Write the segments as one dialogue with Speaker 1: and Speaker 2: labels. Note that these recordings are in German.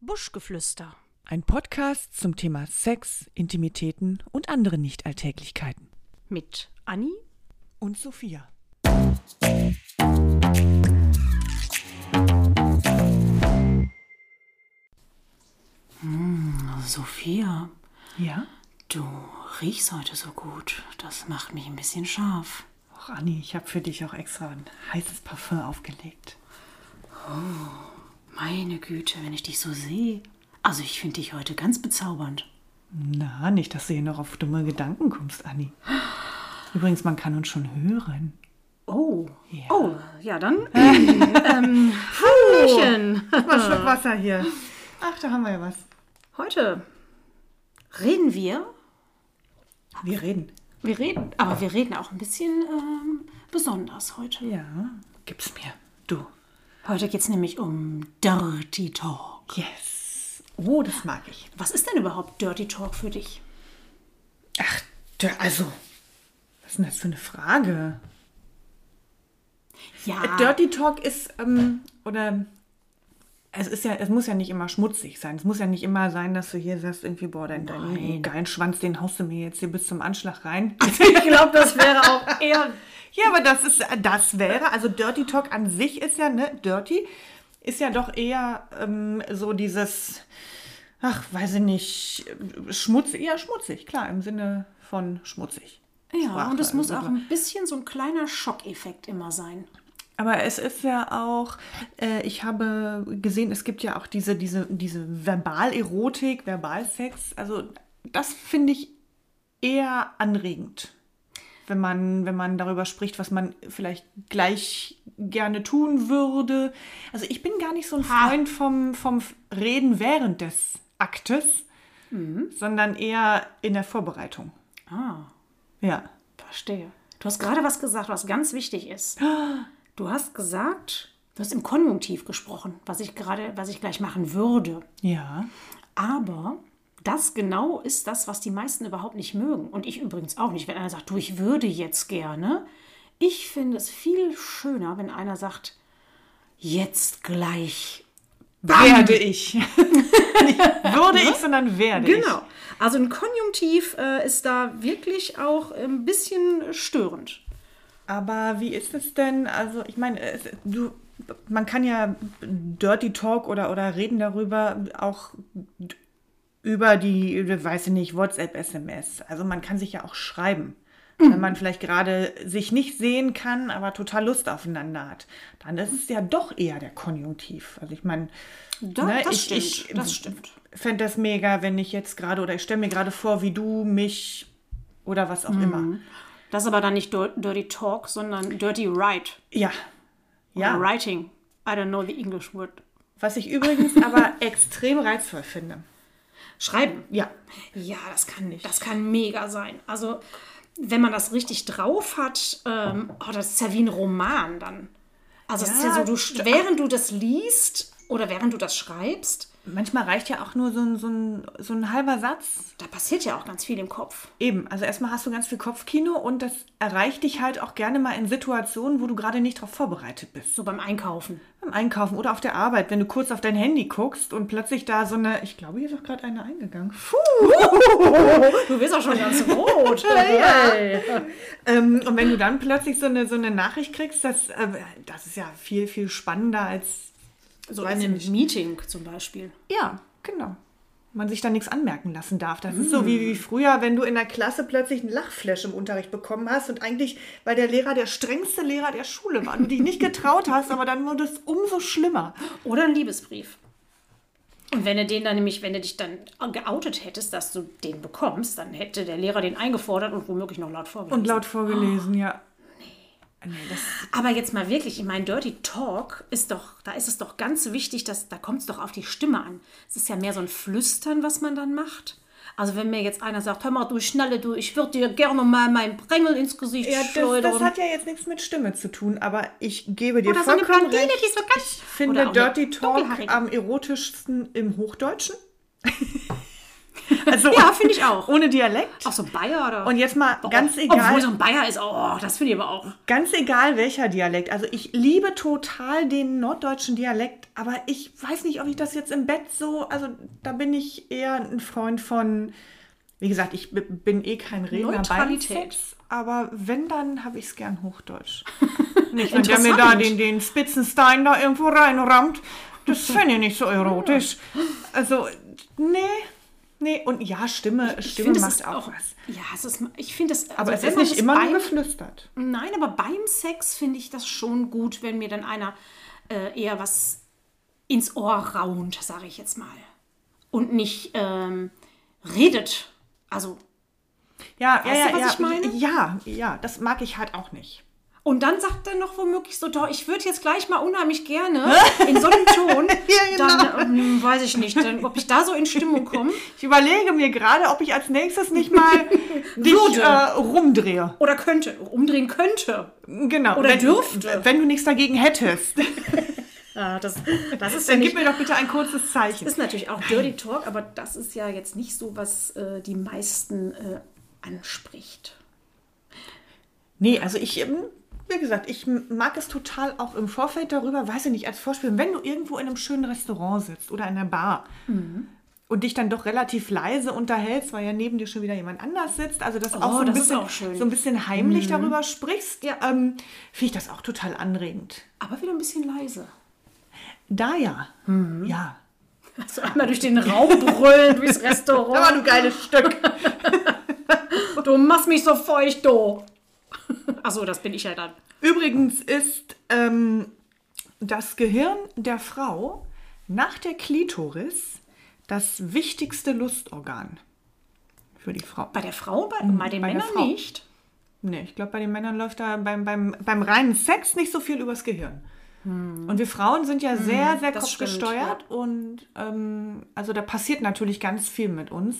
Speaker 1: Buschgeflüster.
Speaker 2: Ein Podcast zum Thema Sex, Intimitäten und andere Nichtalltäglichkeiten.
Speaker 1: Mit Anni
Speaker 2: Und Sophia.
Speaker 1: Sophia,
Speaker 2: Ja?
Speaker 1: du riechst heute so gut. Das macht mich ein bisschen scharf.
Speaker 2: Och, Anni, ich habe für dich auch extra ein heißes Parfüm aufgelegt.
Speaker 1: Meine Güte, wenn ich dich so sehe. Also ich finde dich heute ganz bezaubernd.
Speaker 2: Na, nicht, dass du hier noch auf dumme Gedanken kommst, Anni. Übrigens, man kann uns schon hören.
Speaker 1: Oh.
Speaker 2: Ja.
Speaker 1: Oh, ja dann. ähm, Hallöchen.
Speaker 2: Mal einen Schluck Wasser hier. Ach, da haben wir ja was.
Speaker 1: Heute reden wir.
Speaker 2: Wir reden.
Speaker 1: Wir reden, aber wir reden auch ein bisschen ähm, besonders heute.
Speaker 2: Ja. Gib's mir. Du.
Speaker 1: Heute geht es nämlich um Dirty Talk.
Speaker 2: Yes. Oh, das mag ich.
Speaker 1: Was ist denn überhaupt Dirty Talk für dich?
Speaker 2: Ach, der- also. Was ist denn das für eine Frage?
Speaker 1: Ja.
Speaker 2: Äh, Dirty Talk ist, ähm, oder es ist ja, es muss ja nicht immer schmutzig sein. Es muss ja nicht immer sein, dass du hier sagst, irgendwie, boah, dein, deinen geilen Schwanz, den haust du mir jetzt hier bis zum Anschlag rein.
Speaker 1: Also ich glaube, das wäre auch eher.
Speaker 2: ja, aber das ist, das wäre, also Dirty Talk an sich ist ja, ne, Dirty ist ja doch eher ähm, so dieses, ach, weiß ich nicht, schmutzig, eher schmutzig, klar, im Sinne von schmutzig.
Speaker 1: Ja,
Speaker 2: Sprache,
Speaker 1: und es muss
Speaker 2: also
Speaker 1: auch ein bisschen so ein kleiner Schockeffekt immer sein.
Speaker 2: Aber es ist ja auch, äh, ich habe gesehen, es gibt ja auch diese, diese, diese Verbalerotik, Verbalsex. Also das finde ich eher anregend, wenn man, wenn man darüber spricht, was man vielleicht gleich gerne tun würde. Also ich bin gar nicht so ein Freund vom, vom Reden während des Aktes, sondern eher in der Vorbereitung.
Speaker 1: Ah,
Speaker 2: Ja.
Speaker 1: verstehe. Du hast gerade was gesagt, was ganz wichtig ist. Du hast gesagt, du hast im Konjunktiv gesprochen, was ich gerade, was ich gleich machen würde.
Speaker 2: Ja.
Speaker 1: Aber das genau ist das, was die meisten überhaupt nicht mögen. Und ich übrigens auch nicht. Wenn einer sagt, du, ich würde jetzt gerne. Ich finde es viel schöner, wenn einer sagt, jetzt gleich.
Speaker 2: Werde ich. nicht würde ich, sondern werde ich.
Speaker 1: Genau. Also ein Konjunktiv äh, ist da wirklich auch ein bisschen störend.
Speaker 2: Aber wie ist es denn? Also, ich meine, es- du, man kann ja Dirty Talk oder, oder reden darüber auch d- über die, weiß ich nicht, WhatsApp, SMS. Also, man kann sich ja auch schreiben.
Speaker 1: Mhm.
Speaker 2: Wenn man vielleicht gerade sich nicht sehen kann, aber total Lust aufeinander hat, dann ist es ja doch eher der Konjunktiv. Also, ich meine,
Speaker 1: Da,
Speaker 2: ne,
Speaker 1: das
Speaker 2: ich-
Speaker 1: stimmt.
Speaker 2: ich-
Speaker 1: das stimmt.
Speaker 2: fände das mega, wenn ich jetzt gerade oder ich stelle mir gerade vor, wie du mich oder was auch
Speaker 1: Mhm.
Speaker 2: immer.
Speaker 1: Das ist aber dann nicht dir- Dirty Talk, sondern Dirty Write.
Speaker 2: Ja. Ja.
Speaker 1: Writing. I don't know the English word.
Speaker 2: Was ich übrigens aber extrem reizvoll finde.
Speaker 1: Schreiben.
Speaker 2: Ja.
Speaker 1: Ja, das kann nicht. Das kann mega sein. Also, wenn man das richtig drauf hat, ähm, oh, das ist ja wie ein Roman dann. Also, es ist ja so, du, sch- während du das liest oder während du das schreibst,
Speaker 2: Manchmal reicht ja auch nur so ein, so ein, so ein halber Satz.
Speaker 1: da passiert ja auch ganz viel im Kopf.
Speaker 2: Eben. Also erstmal hast du ganz viel Kopfkino und das erreicht dich halt auch gerne mal in Situationen, wo du gerade nicht darauf vorbereitet bist.
Speaker 1: So beim Einkaufen.
Speaker 2: Beim Einkaufen oder auf der Arbeit, wenn du kurz auf dein Handy guckst und plötzlich da so eine, ich glaube, hier ist doch gerade eine eingegangen.
Speaker 1: Du bist auch schon ganz rot.
Speaker 2: Ähm, und wenn du dann plötzlich so eine, so eine Nachricht kriegst, das, äh, das ist ja viel, viel spannender als.
Speaker 1: So in einem Meeting zum Beispiel.
Speaker 2: Ja, genau. Man sich da nichts anmerken lassen darf. Das ist
Speaker 1: Mhm.
Speaker 2: so wie, wie früher, wenn du in der Klasse plötzlich einen Lachflash im Unterricht bekommen hast und eigentlich, weil der Lehrer der strengste Lehrer der Schule war, du dich nicht getraut hast, aber dann wurde es umso schlimmer.
Speaker 1: Oder ein Liebesbrief. Und wenn du den dann nämlich, wenn du dich dann geoutet hättest, dass du den bekommst, dann hätte der Lehrer den eingefordert und womöglich noch laut vorgelesen.
Speaker 2: Und laut vorgelesen, ja.
Speaker 1: Aber jetzt mal wirklich, ich meine, Dirty Talk ist doch, da ist es doch ganz wichtig, dass, da kommt es doch auf die Stimme an. Es ist ja mehr so ein Flüstern, was man dann macht. Also wenn mir jetzt einer sagt, hör mal, du Schnalle, du, ich würde dir gerne mal meinen Prängel ins Gesicht
Speaker 2: Ja, das,
Speaker 1: schleudern.
Speaker 2: das hat ja jetzt nichts mit Stimme zu tun, aber ich gebe dir
Speaker 1: Oder so eine
Speaker 2: vollkommen
Speaker 1: Blondine,
Speaker 2: recht.
Speaker 1: die so ganz-
Speaker 2: ich finde
Speaker 1: Oder auch eine
Speaker 2: Dirty Talk
Speaker 1: Dunkelhaarige.
Speaker 2: am erotischsten im Hochdeutschen. Also
Speaker 1: Ja, finde ich auch.
Speaker 2: ohne Dialekt.
Speaker 1: Auch so ein Bayer oder?
Speaker 2: Und jetzt mal
Speaker 1: Boah,
Speaker 2: ganz egal,
Speaker 1: Obwohl so ein Bayer ist, oh, das finde ich aber auch.
Speaker 2: ganz egal welcher Dialekt. Also ich liebe total den norddeutschen Dialekt, aber ich weiß nicht, ob ich das jetzt im Bett so, also da bin ich eher ein Freund von, wie gesagt, ich b- bin eh kein Redner beim
Speaker 1: Neutralität.
Speaker 2: Sex, aber wenn, dann habe ich es gern Hochdeutsch. Nicht, wenn der mir da
Speaker 1: Interessant.
Speaker 2: den, den Spitzenstein da irgendwo reinrammt, das finde ich nicht so erotisch. Also, nee, nee, und ja, Stimme,
Speaker 1: Ich
Speaker 2: Stimme
Speaker 1: finde, es
Speaker 2: macht
Speaker 1: ist
Speaker 2: auch was.
Speaker 1: Ja, es ist, ich finde es. also,
Speaker 2: Aber es
Speaker 1: wenn
Speaker 2: ist
Speaker 1: man
Speaker 2: nicht
Speaker 1: das
Speaker 2: immer nur
Speaker 1: beim,
Speaker 2: geflüstert.
Speaker 1: Nein, aber beim Sex finde ich das schon gut, wenn mir dann einer äh, eher was ins Ohr raunt, sage ich jetzt mal. Und nicht ähm, redet. Also,
Speaker 2: Ja,
Speaker 1: Weißt
Speaker 2: ja,
Speaker 1: du, was
Speaker 2: ja,
Speaker 1: ich meine?
Speaker 2: Ja, ja, das mag ich halt auch nicht.
Speaker 1: und dann sagt er noch womöglich so, doch, ich würde jetzt gleich mal unheimlich gerne in so einem Ton,
Speaker 2: Ja, genau.
Speaker 1: dann ähm, weiß ich nicht, dann, ob ich da so in Stimmung komme.
Speaker 2: Ich überlege mir gerade, ob ich als nächstes nicht mal dich
Speaker 1: Würde.
Speaker 2: äh, rumdrehe.
Speaker 1: Oder könnte, umdrehen könnte.
Speaker 2: Genau.
Speaker 1: Oder
Speaker 2: wenn,
Speaker 1: dürfte.
Speaker 2: Wenn du nichts dagegen hättest,
Speaker 1: Ah, das, das ist ja
Speaker 2: dann
Speaker 1: nicht
Speaker 2: gib mir doch bitte ein kurzes Zeichen.
Speaker 1: Ist natürlich auch Dirty Talk, aber das ist ja jetzt nicht so, was äh, die meisten äh, anspricht.
Speaker 2: Nee, also ich, ähm, wie gesagt, ich mag es total auch im Vorfeld darüber, weiß ich nicht, als Vorspiel, wenn du irgendwo in einem schönen Restaurant sitzt oder in einer Bar
Speaker 1: Mhm.
Speaker 2: und dich dann doch relativ leise unterhältst, weil ja neben dir schon wieder jemand anders sitzt, also dass auch, so ein,
Speaker 1: Oh, das ist
Speaker 2: bisschen,
Speaker 1: auch schön. Mhm.
Speaker 2: so ein bisschen heimlich darüber sprichst,
Speaker 1: Ja.
Speaker 2: ähm, finde ich das auch total anregend.
Speaker 1: Aber wieder ein bisschen leise.
Speaker 2: Da ja,
Speaker 1: Mhm.
Speaker 2: ja.
Speaker 1: Also einmal durch den Raum brüllen, durchs Restaurant.
Speaker 2: du geiles Stück.
Speaker 1: Du machst mich so feucht, du. Achso, das bin ich ja dann.
Speaker 2: Übrigens ist ähm, das Gehirn der Frau nach der Klitoris das wichtigste Lustorgan für die Frau.
Speaker 1: Bei der Frau, bei, Mhm, bei den
Speaker 2: bei der
Speaker 1: Männern
Speaker 2: Frau.
Speaker 1: nicht.
Speaker 2: Nee, ich glaube, bei den Männern läuft da beim, beim, beim reinen Sex nicht so viel übers Gehirn. Und wir Frauen sind ja sehr, sehr
Speaker 1: das stimmt,
Speaker 2: kopfgesteuert und ähm, also da passiert natürlich ganz viel mit uns.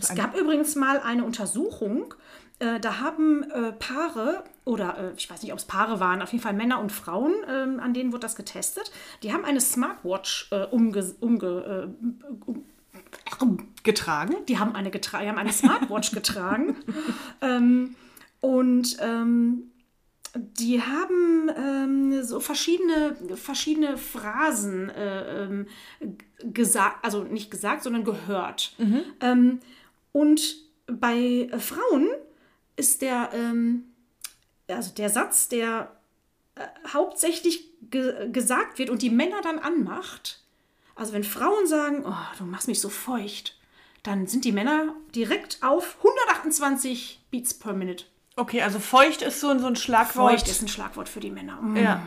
Speaker 1: Es gab übrigens mal eine Untersuchung, äh, da haben äh, Paare oder äh, ich weiß nicht, ob es Paare waren, auf jeden Fall Männer und Frauen, ähm, an denen wurde das getestet, die haben eine Smartwatch äh, umge, umge, um, äh, um,
Speaker 2: Getragen?
Speaker 1: die haben eine, getra die haben eine Smartwatch getragen. ähm, und ähm, die haben ähm, so verschiedene, verschiedene Phrasen äh, ähm, g- gesagt, also nicht gesagt, sondern gehört. Ähm, und bei äh, Frauen ist der, ähm, also der Satz, der äh, hauptsächlich ge gesagt wird und die Männer dann anmacht, also wenn Frauen sagen, oh, du machst mich so feucht, dann sind die Männer direkt auf 128 Beats per Minute.
Speaker 2: Okay, also feucht ist so, ein- so ein Schlagwort.
Speaker 1: Feucht ist ein Schlagwort für die Männer. Mm,
Speaker 2: Ja.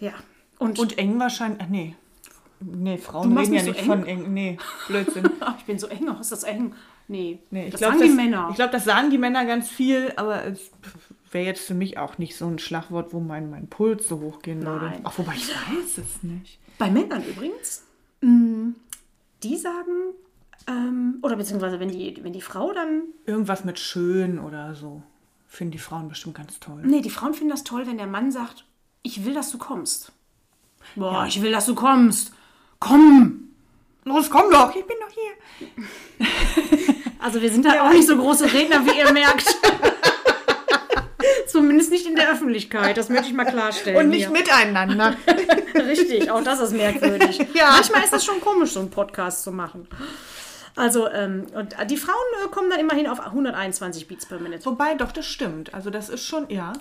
Speaker 1: ja. Und,
Speaker 2: Und eng wahrscheinlich. Ach nee. Nee,
Speaker 1: Du
Speaker 2: Frauen
Speaker 1: machst
Speaker 2: reden ja
Speaker 1: mich
Speaker 2: nicht
Speaker 1: so
Speaker 2: von eng. Nee, Blödsinn.
Speaker 1: Ah, ich bin so eng, oh, ist das eng? Nee,
Speaker 2: Nee, ich
Speaker 1: das
Speaker 2: glaub,
Speaker 1: sagen die Männer.
Speaker 2: Ich glaube, das sagen die Männer ganz viel, aber es wäre jetzt für mich auch nicht so ein Schlagwort, wo mein, mein Puls so hochgehen würde.
Speaker 1: Nein.
Speaker 2: Ach, wobei ich weiß es nicht.
Speaker 1: Bei Männern übrigens, mm, die sagen, ähm, oder beziehungsweise wenn die, wenn die Frau dann
Speaker 2: Irgendwas mit schön oder so. Finden die Frauen bestimmt ganz toll.
Speaker 1: Nee, die Frauen finden das toll, wenn der Mann sagt, ich will, dass du kommst. Boah, ich will, dass du kommst. Komm!
Speaker 2: Los, komm doch, ich bin doch hier.
Speaker 1: Also wir sind halt auch nicht so große Redner, wie ihr merkt. Zumindest nicht in der Öffentlichkeit, das möchte ich mal klarstellen.
Speaker 2: Und nicht
Speaker 1: hier.
Speaker 2: miteinander.
Speaker 1: Richtig, auch das ist merkwürdig.
Speaker 2: Ja.
Speaker 1: Manchmal ist das schon komisch, so einen Podcast zu machen. Also, ähm, und die Frauen äh, kommen dann immerhin auf 121 Beats per Minute.
Speaker 2: Wobei, doch, das stimmt. Also das ist schon, ja,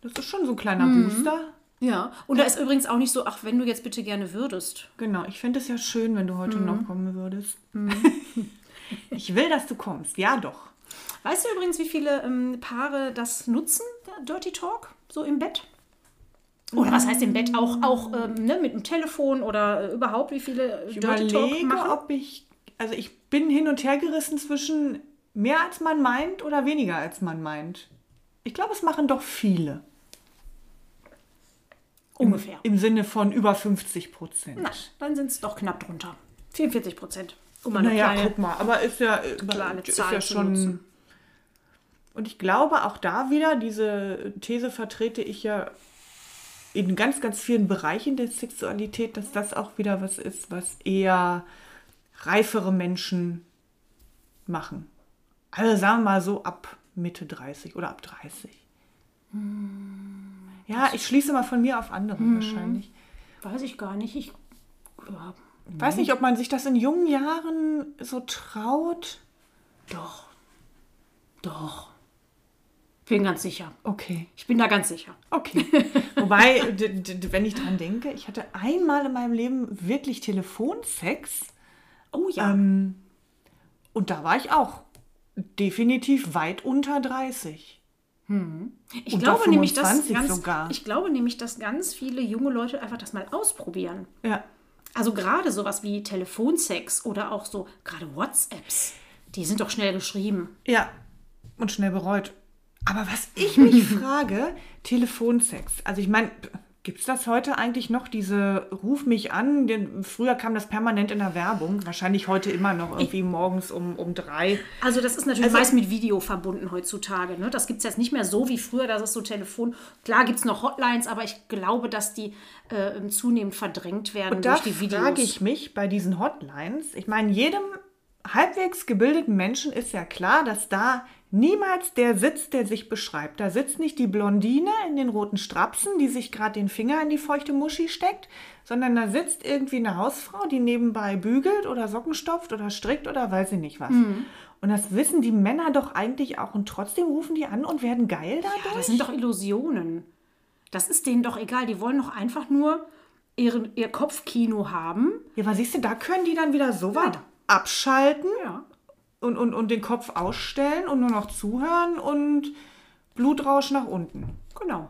Speaker 2: das ist schon so ein kleiner
Speaker 1: Mhm.
Speaker 2: Booster.
Speaker 1: Ja. Und da ist übrigens auch nicht so, ach, wenn du jetzt bitte gerne würdest.
Speaker 2: Genau, ich fände es ja schön, wenn du
Speaker 1: Mhm.
Speaker 2: heute noch kommen würdest. ich will, dass du kommst. Ja, doch.
Speaker 1: Weißt du übrigens, wie viele ähm, Paare das nutzen, der Dirty Talk, so im Bett? Oder was heißt im Bett? Auch, auch ähm, ne, mit dem Telefon oder äh, überhaupt, wie viele äh,
Speaker 2: Ich
Speaker 1: Dirty Talk
Speaker 2: überlege,
Speaker 1: machen?
Speaker 2: ob ich, also ich bin hin und her gerissen zwischen mehr als man meint oder weniger als man meint. Ich glaube, es machen doch viele.
Speaker 1: Ungefähr.
Speaker 2: Im Sinne von über 50 Prozent.
Speaker 1: Na, dann sind es doch knapp drunter. 44 Prozent. Um mal eine
Speaker 2: Naja,
Speaker 1: kleine.
Speaker 2: guck mal, aber ist ja, äh,
Speaker 1: kleine
Speaker 2: ist
Speaker 1: Zahl
Speaker 2: ja
Speaker 1: zu
Speaker 2: schon.
Speaker 1: nutzen.
Speaker 2: Und ich glaube auch da wieder, diese These vertrete ich ja in ganz, ganz vielen Bereichen der Sexualität, dass das auch wieder was ist, was eher reifere Menschen machen. Also sagen wir mal so ab Mitte 30 oder ab 30.
Speaker 1: Hm,
Speaker 2: ja, ich schließe mal von mir auf andere wahrscheinlich.
Speaker 1: Weiß ich gar nicht. Ich ja,
Speaker 2: Weiß nicht, ob man sich das in jungen Jahren so traut.
Speaker 1: doch. Doch. Bin ganz sicher.
Speaker 2: Okay.
Speaker 1: Ich bin da ganz sicher.
Speaker 2: Okay. Wobei, d- d- d- wenn ich dran denke, ich hatte einmal in meinem Leben wirklich Telefonsex.
Speaker 1: Oh ja.
Speaker 2: Ähm, und da war ich auch definitiv weit unter 30.
Speaker 1: ich
Speaker 2: unter
Speaker 1: glaube nämlich, dass
Speaker 2: 25
Speaker 1: ganz,
Speaker 2: sogar.
Speaker 1: ich glaube nämlich, dass ganz viele junge Leute einfach das mal ausprobieren.
Speaker 2: Ja.
Speaker 1: Also gerade sowas wie Telefonsex oder auch so gerade WhatsApps. Die sind doch schnell geschrieben.
Speaker 2: Ja. Und schnell bereut. Aber was ich mich frage, Telefonsex. Also ich meine, gibt es das heute eigentlich noch, diese Ruf mich an? Denn früher kam das permanent in der Werbung. Wahrscheinlich heute immer noch irgendwie morgens um, um drei.
Speaker 1: Also das ist natürlich
Speaker 2: Also-
Speaker 1: meist mit Video verbunden heutzutage. Ne? Das gibt es jetzt nicht mehr so wie früher, dass es so Telefon. Klar gibt es noch Hotlines, aber ich glaube, dass die äh, zunehmend verdrängt werden
Speaker 2: Und da
Speaker 1: durch die Videos.
Speaker 2: frage ich mich bei diesen Hotlines, ich meine, jedem halbwegs gebildeten Menschen ist ja klar, dass da niemals der sitzt, der sich beschreibt. Da sitzt nicht die Blondine in den roten Strapsen, die sich gerade den Finger in die feuchte Muschi steckt, sondern da sitzt irgendwie eine Hausfrau, die nebenbei bügelt oder Socken stopft oder strickt oder weiß ich nicht was.
Speaker 1: Mhm.
Speaker 2: Und das wissen die Männer doch eigentlich auch und trotzdem rufen die an und werden geil
Speaker 1: ja,
Speaker 2: dadurch.
Speaker 1: das sind doch Illusionen. Das ist denen doch egal. Die wollen doch einfach nur ihren, ihr Kopfkino haben.
Speaker 2: Ja, aber siehst du, da können die dann wieder so weit abschalten.
Speaker 1: Ja.
Speaker 2: und, und, und den Kopf ausstellen und nur noch zuhören und Blutrausch nach unten.
Speaker 1: Genau.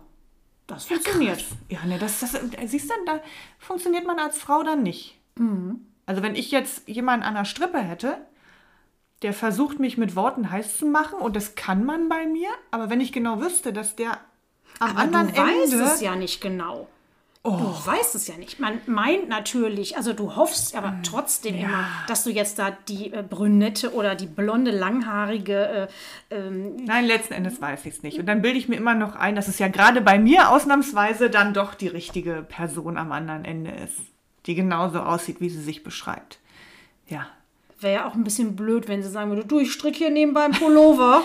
Speaker 1: Das
Speaker 2: Funktioniert.
Speaker 1: funktioniert.
Speaker 2: Ja, ne, das, das siehst du, da funktioniert man als Frau dann nicht.
Speaker 1: Mhm.
Speaker 2: Also wenn ich jetzt jemanden an der Strippe hätte, der versucht, mich mit Worten heiß zu machen und das kann man bei mir, aber wenn ich genau wüsste, dass der am
Speaker 1: Aber
Speaker 2: anderen
Speaker 1: du weißt
Speaker 2: Ende...
Speaker 1: es ja nicht genau.
Speaker 2: Oh.
Speaker 1: Du weißt es ja nicht. Man meint natürlich, also du hoffst aber
Speaker 2: Hm.
Speaker 1: trotzdem immer, dass du jetzt da die äh, brünette oder die blonde, langhaarige, äh, ähm,
Speaker 2: Nein, letzten Endes weiß ich es nicht. Und dann bilde ich mir immer noch ein, dass es ja gerade bei mir ausnahmsweise dann doch die richtige Person am anderen Ende ist, die genauso aussieht, wie sie sich beschreibt. Ja.
Speaker 1: wäre ja auch ein bisschen blöd, wenn sie sagen würde, du, ich stricke hier nebenbei einen Pullover.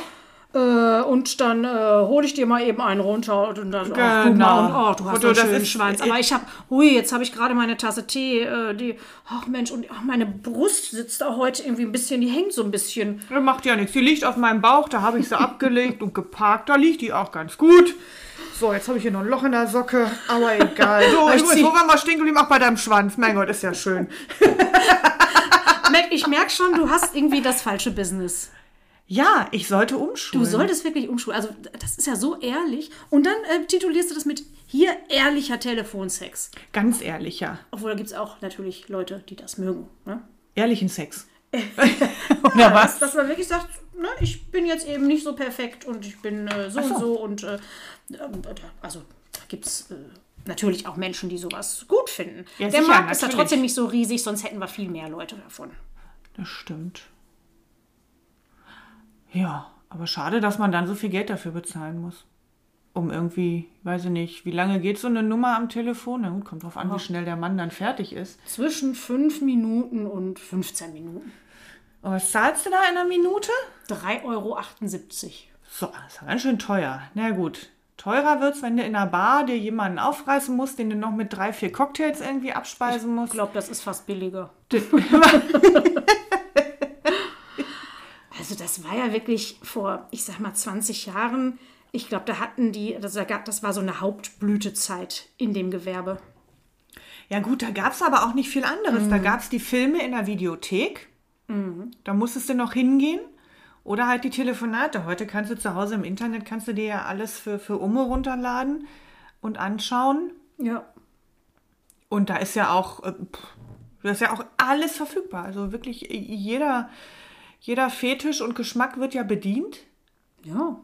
Speaker 1: Äh, und dann äh, hole ich dir mal eben einen runter und dann, ach, guck
Speaker 2: Genau.
Speaker 1: mal, und, ach, du hast
Speaker 2: Otto,
Speaker 1: einen
Speaker 2: das
Speaker 1: schönen
Speaker 2: ist- äh,
Speaker 1: Schwanz. Aber ich habe, hui, jetzt habe ich gerade meine Tasse Tee, äh, die, ach Mensch, und ach, meine Brust sitzt da heute irgendwie ein bisschen, die hängt so ein bisschen.
Speaker 2: Das macht ja nichts. Die liegt auf meinem Bauch, da habe ich sie abgelegt und geparkt. Da liegt die auch ganz gut. So, jetzt habe ich hier noch ein Loch in der Socke, aber egal. So,
Speaker 1: Ich
Speaker 2: ich muss
Speaker 1: zieh-
Speaker 2: sogar mal stehen geblieben, auch bei deinem Schwanz. Mein Gott, ist ja schön.
Speaker 1: Mac, ich merke schon, du hast irgendwie das falsche Business.
Speaker 2: Ja, ich sollte umschulen.
Speaker 1: Du solltest wirklich umschulen. Also, das ist ja so ehrlich. Und dann äh, titulierst du das mit hier ehrlicher Telefonsex.
Speaker 2: Ganz ehrlich, ja.
Speaker 1: Obwohl, da gibt es auch natürlich Leute, die das mögen. Ne?
Speaker 2: Ehrlichen Sex. Oder was?
Speaker 1: Dass man wirklich sagt, ne, ich bin jetzt eben nicht so perfekt und ich bin äh, so,
Speaker 2: so.
Speaker 1: und so und äh, ähm, also da gibt es äh, natürlich auch Menschen, die sowas gut finden.
Speaker 2: Ja,
Speaker 1: Der
Speaker 2: sicher,
Speaker 1: Markt ist ja
Speaker 2: natürlich.
Speaker 1: trotzdem nicht so riesig, sonst hätten wir viel mehr Leute davon.
Speaker 2: Das stimmt. Ja, aber schade, dass man dann so viel Geld dafür bezahlen muss. Um irgendwie, weiß ich nicht, wie lange geht so eine Nummer am Telefon? Na gut, kommt drauf an, wie schnell der Mann dann fertig ist.
Speaker 1: Zwischen 5 Minuten und 15 Minuten.
Speaker 2: Aber was zahlst du da in einer Minute?
Speaker 1: 3,78 Euro.
Speaker 2: So, das ist ja ganz schön teuer. Na gut. Teurer wird's, wenn du in einer Bar dir jemanden aufreißen musst, den du noch mit drei, vier Cocktails irgendwie abspeisen musst.
Speaker 1: Ich glaube, das ist fast billiger. also das war ja wirklich vor, ich sag mal, 20 Jahren. Ich glaube, da hatten die, das war, das war so eine Hauptblütezeit in dem Gewerbe.
Speaker 2: Ja gut, da gab es aber auch nicht viel anderes.
Speaker 1: Mhm.
Speaker 2: Da gab es die Filme in der Videothek. Da musstest du noch hingehen. Oder halt die Telefonate. Heute kannst du zu Hause im Internet, kannst du dir ja alles für, für Umme runterladen und anschauen.
Speaker 1: Ja.
Speaker 2: Und da ist ja auch, äh, pff, da ist ja auch alles verfügbar. Also wirklich jeder, jeder Fetisch und Geschmack wird ja bedient.
Speaker 1: Ja.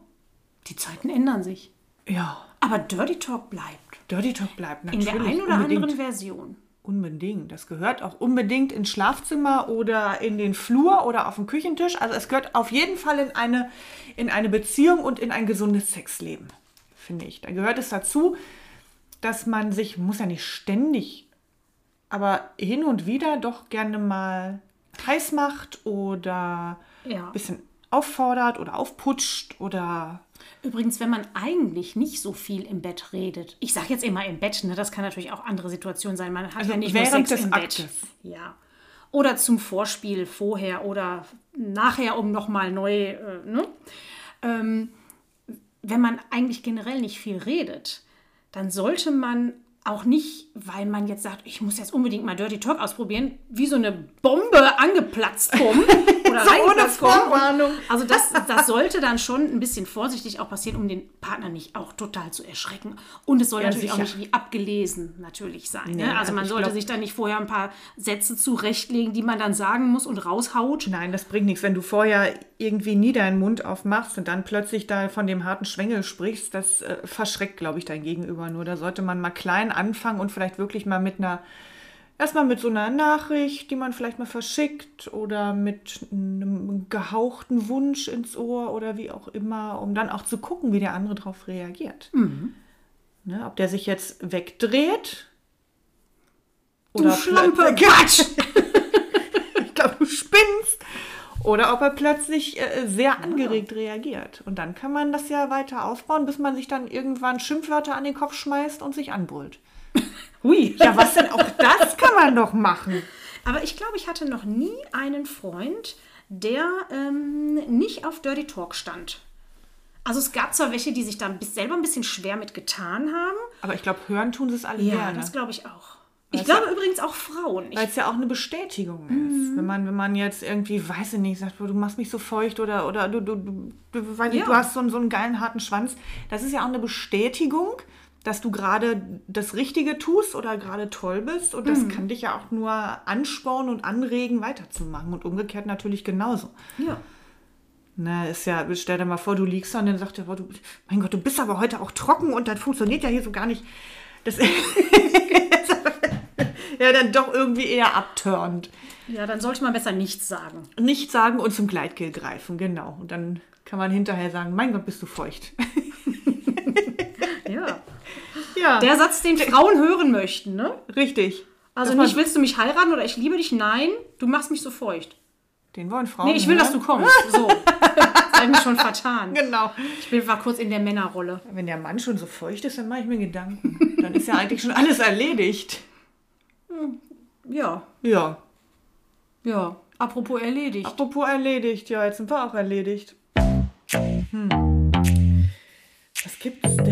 Speaker 1: Die Zeiten ändern sich.
Speaker 2: Ja,
Speaker 1: Aber Dirty Talk bleibt.
Speaker 2: Dirty Talk bleibt
Speaker 1: In
Speaker 2: natürlich
Speaker 1: der einen oder
Speaker 2: unbedingt.
Speaker 1: anderen Version.
Speaker 2: Unbedingt. Das gehört auch unbedingt ins Schlafzimmer oder in den Flur oder auf den Küchentisch. Also es gehört auf jeden Fall in eine, in eine Beziehung und in ein gesundes Sexleben, finde ich. Da gehört es dazu, dass man sich, muss ja nicht ständig, aber hin und wieder doch gerne mal heiß macht oder
Speaker 1: Ja.
Speaker 2: ein bisschen auffordert oder aufputscht oder
Speaker 1: Übrigens, wenn man eigentlich nicht so viel im Bett redet, ich sage jetzt immer im Bett, ne, das kann natürlich auch andere Situationen sein. Man hat ja nicht nur
Speaker 2: Also während
Speaker 1: Sex
Speaker 2: des
Speaker 1: im Bett.
Speaker 2: Aktes.
Speaker 1: Ja. Oder zum Vorspiel vorher oder nachher, um nochmal neu, äh, ne? Ähm, wenn man eigentlich generell nicht viel redet, dann sollte man auch nicht, weil man jetzt sagt, ich muss jetzt unbedingt mal Dirty Talk ausprobieren, wie so eine Bombe angeplatzt kommen oder
Speaker 2: So ohne
Speaker 1: reingeplatzt kommen. Und-
Speaker 2: Vorwarnung.
Speaker 1: also das, das sollte dann schon ein bisschen vorsichtig auch passieren, um den Partner nicht auch total zu erschrecken. Und es soll
Speaker 2: Ja,
Speaker 1: natürlich auch
Speaker 2: sicher.
Speaker 1: nicht wie abgelesen natürlich sein.
Speaker 2: Nee,
Speaker 1: ne? Also
Speaker 2: also
Speaker 1: man
Speaker 2: ich
Speaker 1: sollte
Speaker 2: glaub-
Speaker 1: sich da nicht vorher ein paar Sätze zurechtlegen, die man dann sagen muss und raushaut.
Speaker 2: Nein, das bringt nichts. Wenn du vorher irgendwie nie deinen Mund aufmachst und dann plötzlich da von dem harten Schwengel sprichst, das äh, verschreckt, glaube ich, dein Gegenüber nur. Da sollte man mal klein anfangen und vielleicht wirklich mal mit einer, erstmal mit so einer Nachricht, die man vielleicht mal verschickt oder mit einem gehauchten Wunsch ins Ohr oder wie auch immer, um dann auch zu gucken, wie der andere darauf reagiert.
Speaker 1: Mhm.
Speaker 2: Ne, ob der sich jetzt wegdreht.
Speaker 1: Du Schlampe, Quatsch!
Speaker 2: ich glaube, du spinnst. Oder ob er plötzlich äh, sehr angeregt reagiert. Und dann kann man das ja weiter aufbauen, bis man sich dann irgendwann Schimpfwörter an den Kopf schmeißt und sich anbrüllt.
Speaker 1: Hui.
Speaker 2: Ja, was denn? Auch das kann man doch machen.
Speaker 1: Aber ich glaube, ich hatte noch nie einen Freund, der ähm, nicht auf Dirty Talk stand. Also es gab zwar welche, die sich da ein bis- selber ein bisschen schwer mit getan haben.
Speaker 2: Aber ich glaube, hören tun sie es alle
Speaker 1: Ja,
Speaker 2: gerne.
Speaker 1: das glaube ich auch. Ich
Speaker 2: Weißt
Speaker 1: glaube übrigens auch Frauen. Ich
Speaker 2: Weil es ja auch eine Bestätigung ist. Wenn, man, wenn man jetzt irgendwie, weiß ich nicht, sagt, du machst mich so feucht oder, oder du, du, du, du, weiß nicht,
Speaker 1: Ja.
Speaker 2: du hast so einen, so einen geilen harten Schwanz. Das ist ja auch eine Bestätigung, dass du gerade das Richtige tust oder gerade toll bist. Und das kann dich ja auch nur anspornen und anregen, weiterzumachen. Und umgekehrt natürlich genauso.
Speaker 1: ja.
Speaker 2: Na, ist ja, stell dir mal vor, du liegst da und dann sagt er, boah, du, mein Gott, du bist aber heute auch trocken und das funktioniert ja hier so gar nicht. Das ja dann doch irgendwie eher abtörend.
Speaker 1: Ja, dann sollte man besser nichts sagen.
Speaker 2: Nicht sagen und zum Gleitgel greifen, genau. Und dann kann man hinterher sagen, mein Gott, bist du feucht.
Speaker 1: Ja.
Speaker 2: ja,
Speaker 1: Der Satz, den Frauen hören möchten, ne?
Speaker 2: richtig.
Speaker 1: Also
Speaker 2: Dass man-
Speaker 1: nicht, willst du mich heiraten oder ich liebe dich? Nein, du machst mich so feucht.
Speaker 2: den wollen Frauen.
Speaker 1: Nee, ich will, dass du
Speaker 2: hören.
Speaker 1: kommst. So. Das hab ich mich schon vertan.
Speaker 2: Genau.
Speaker 1: Ich bin, war kurz in der Männerrolle.
Speaker 2: Wenn der Mann schon so feucht ist, dann mache ich mir Gedanken. Dann ist ja eigentlich schon alles erledigt.
Speaker 1: Ja,
Speaker 2: Ja.
Speaker 1: ja. Apropos erledigt.
Speaker 2: Apropos erledigt, ja, jetzt sind wir auch erledigt. Hm. Was gibt's denn?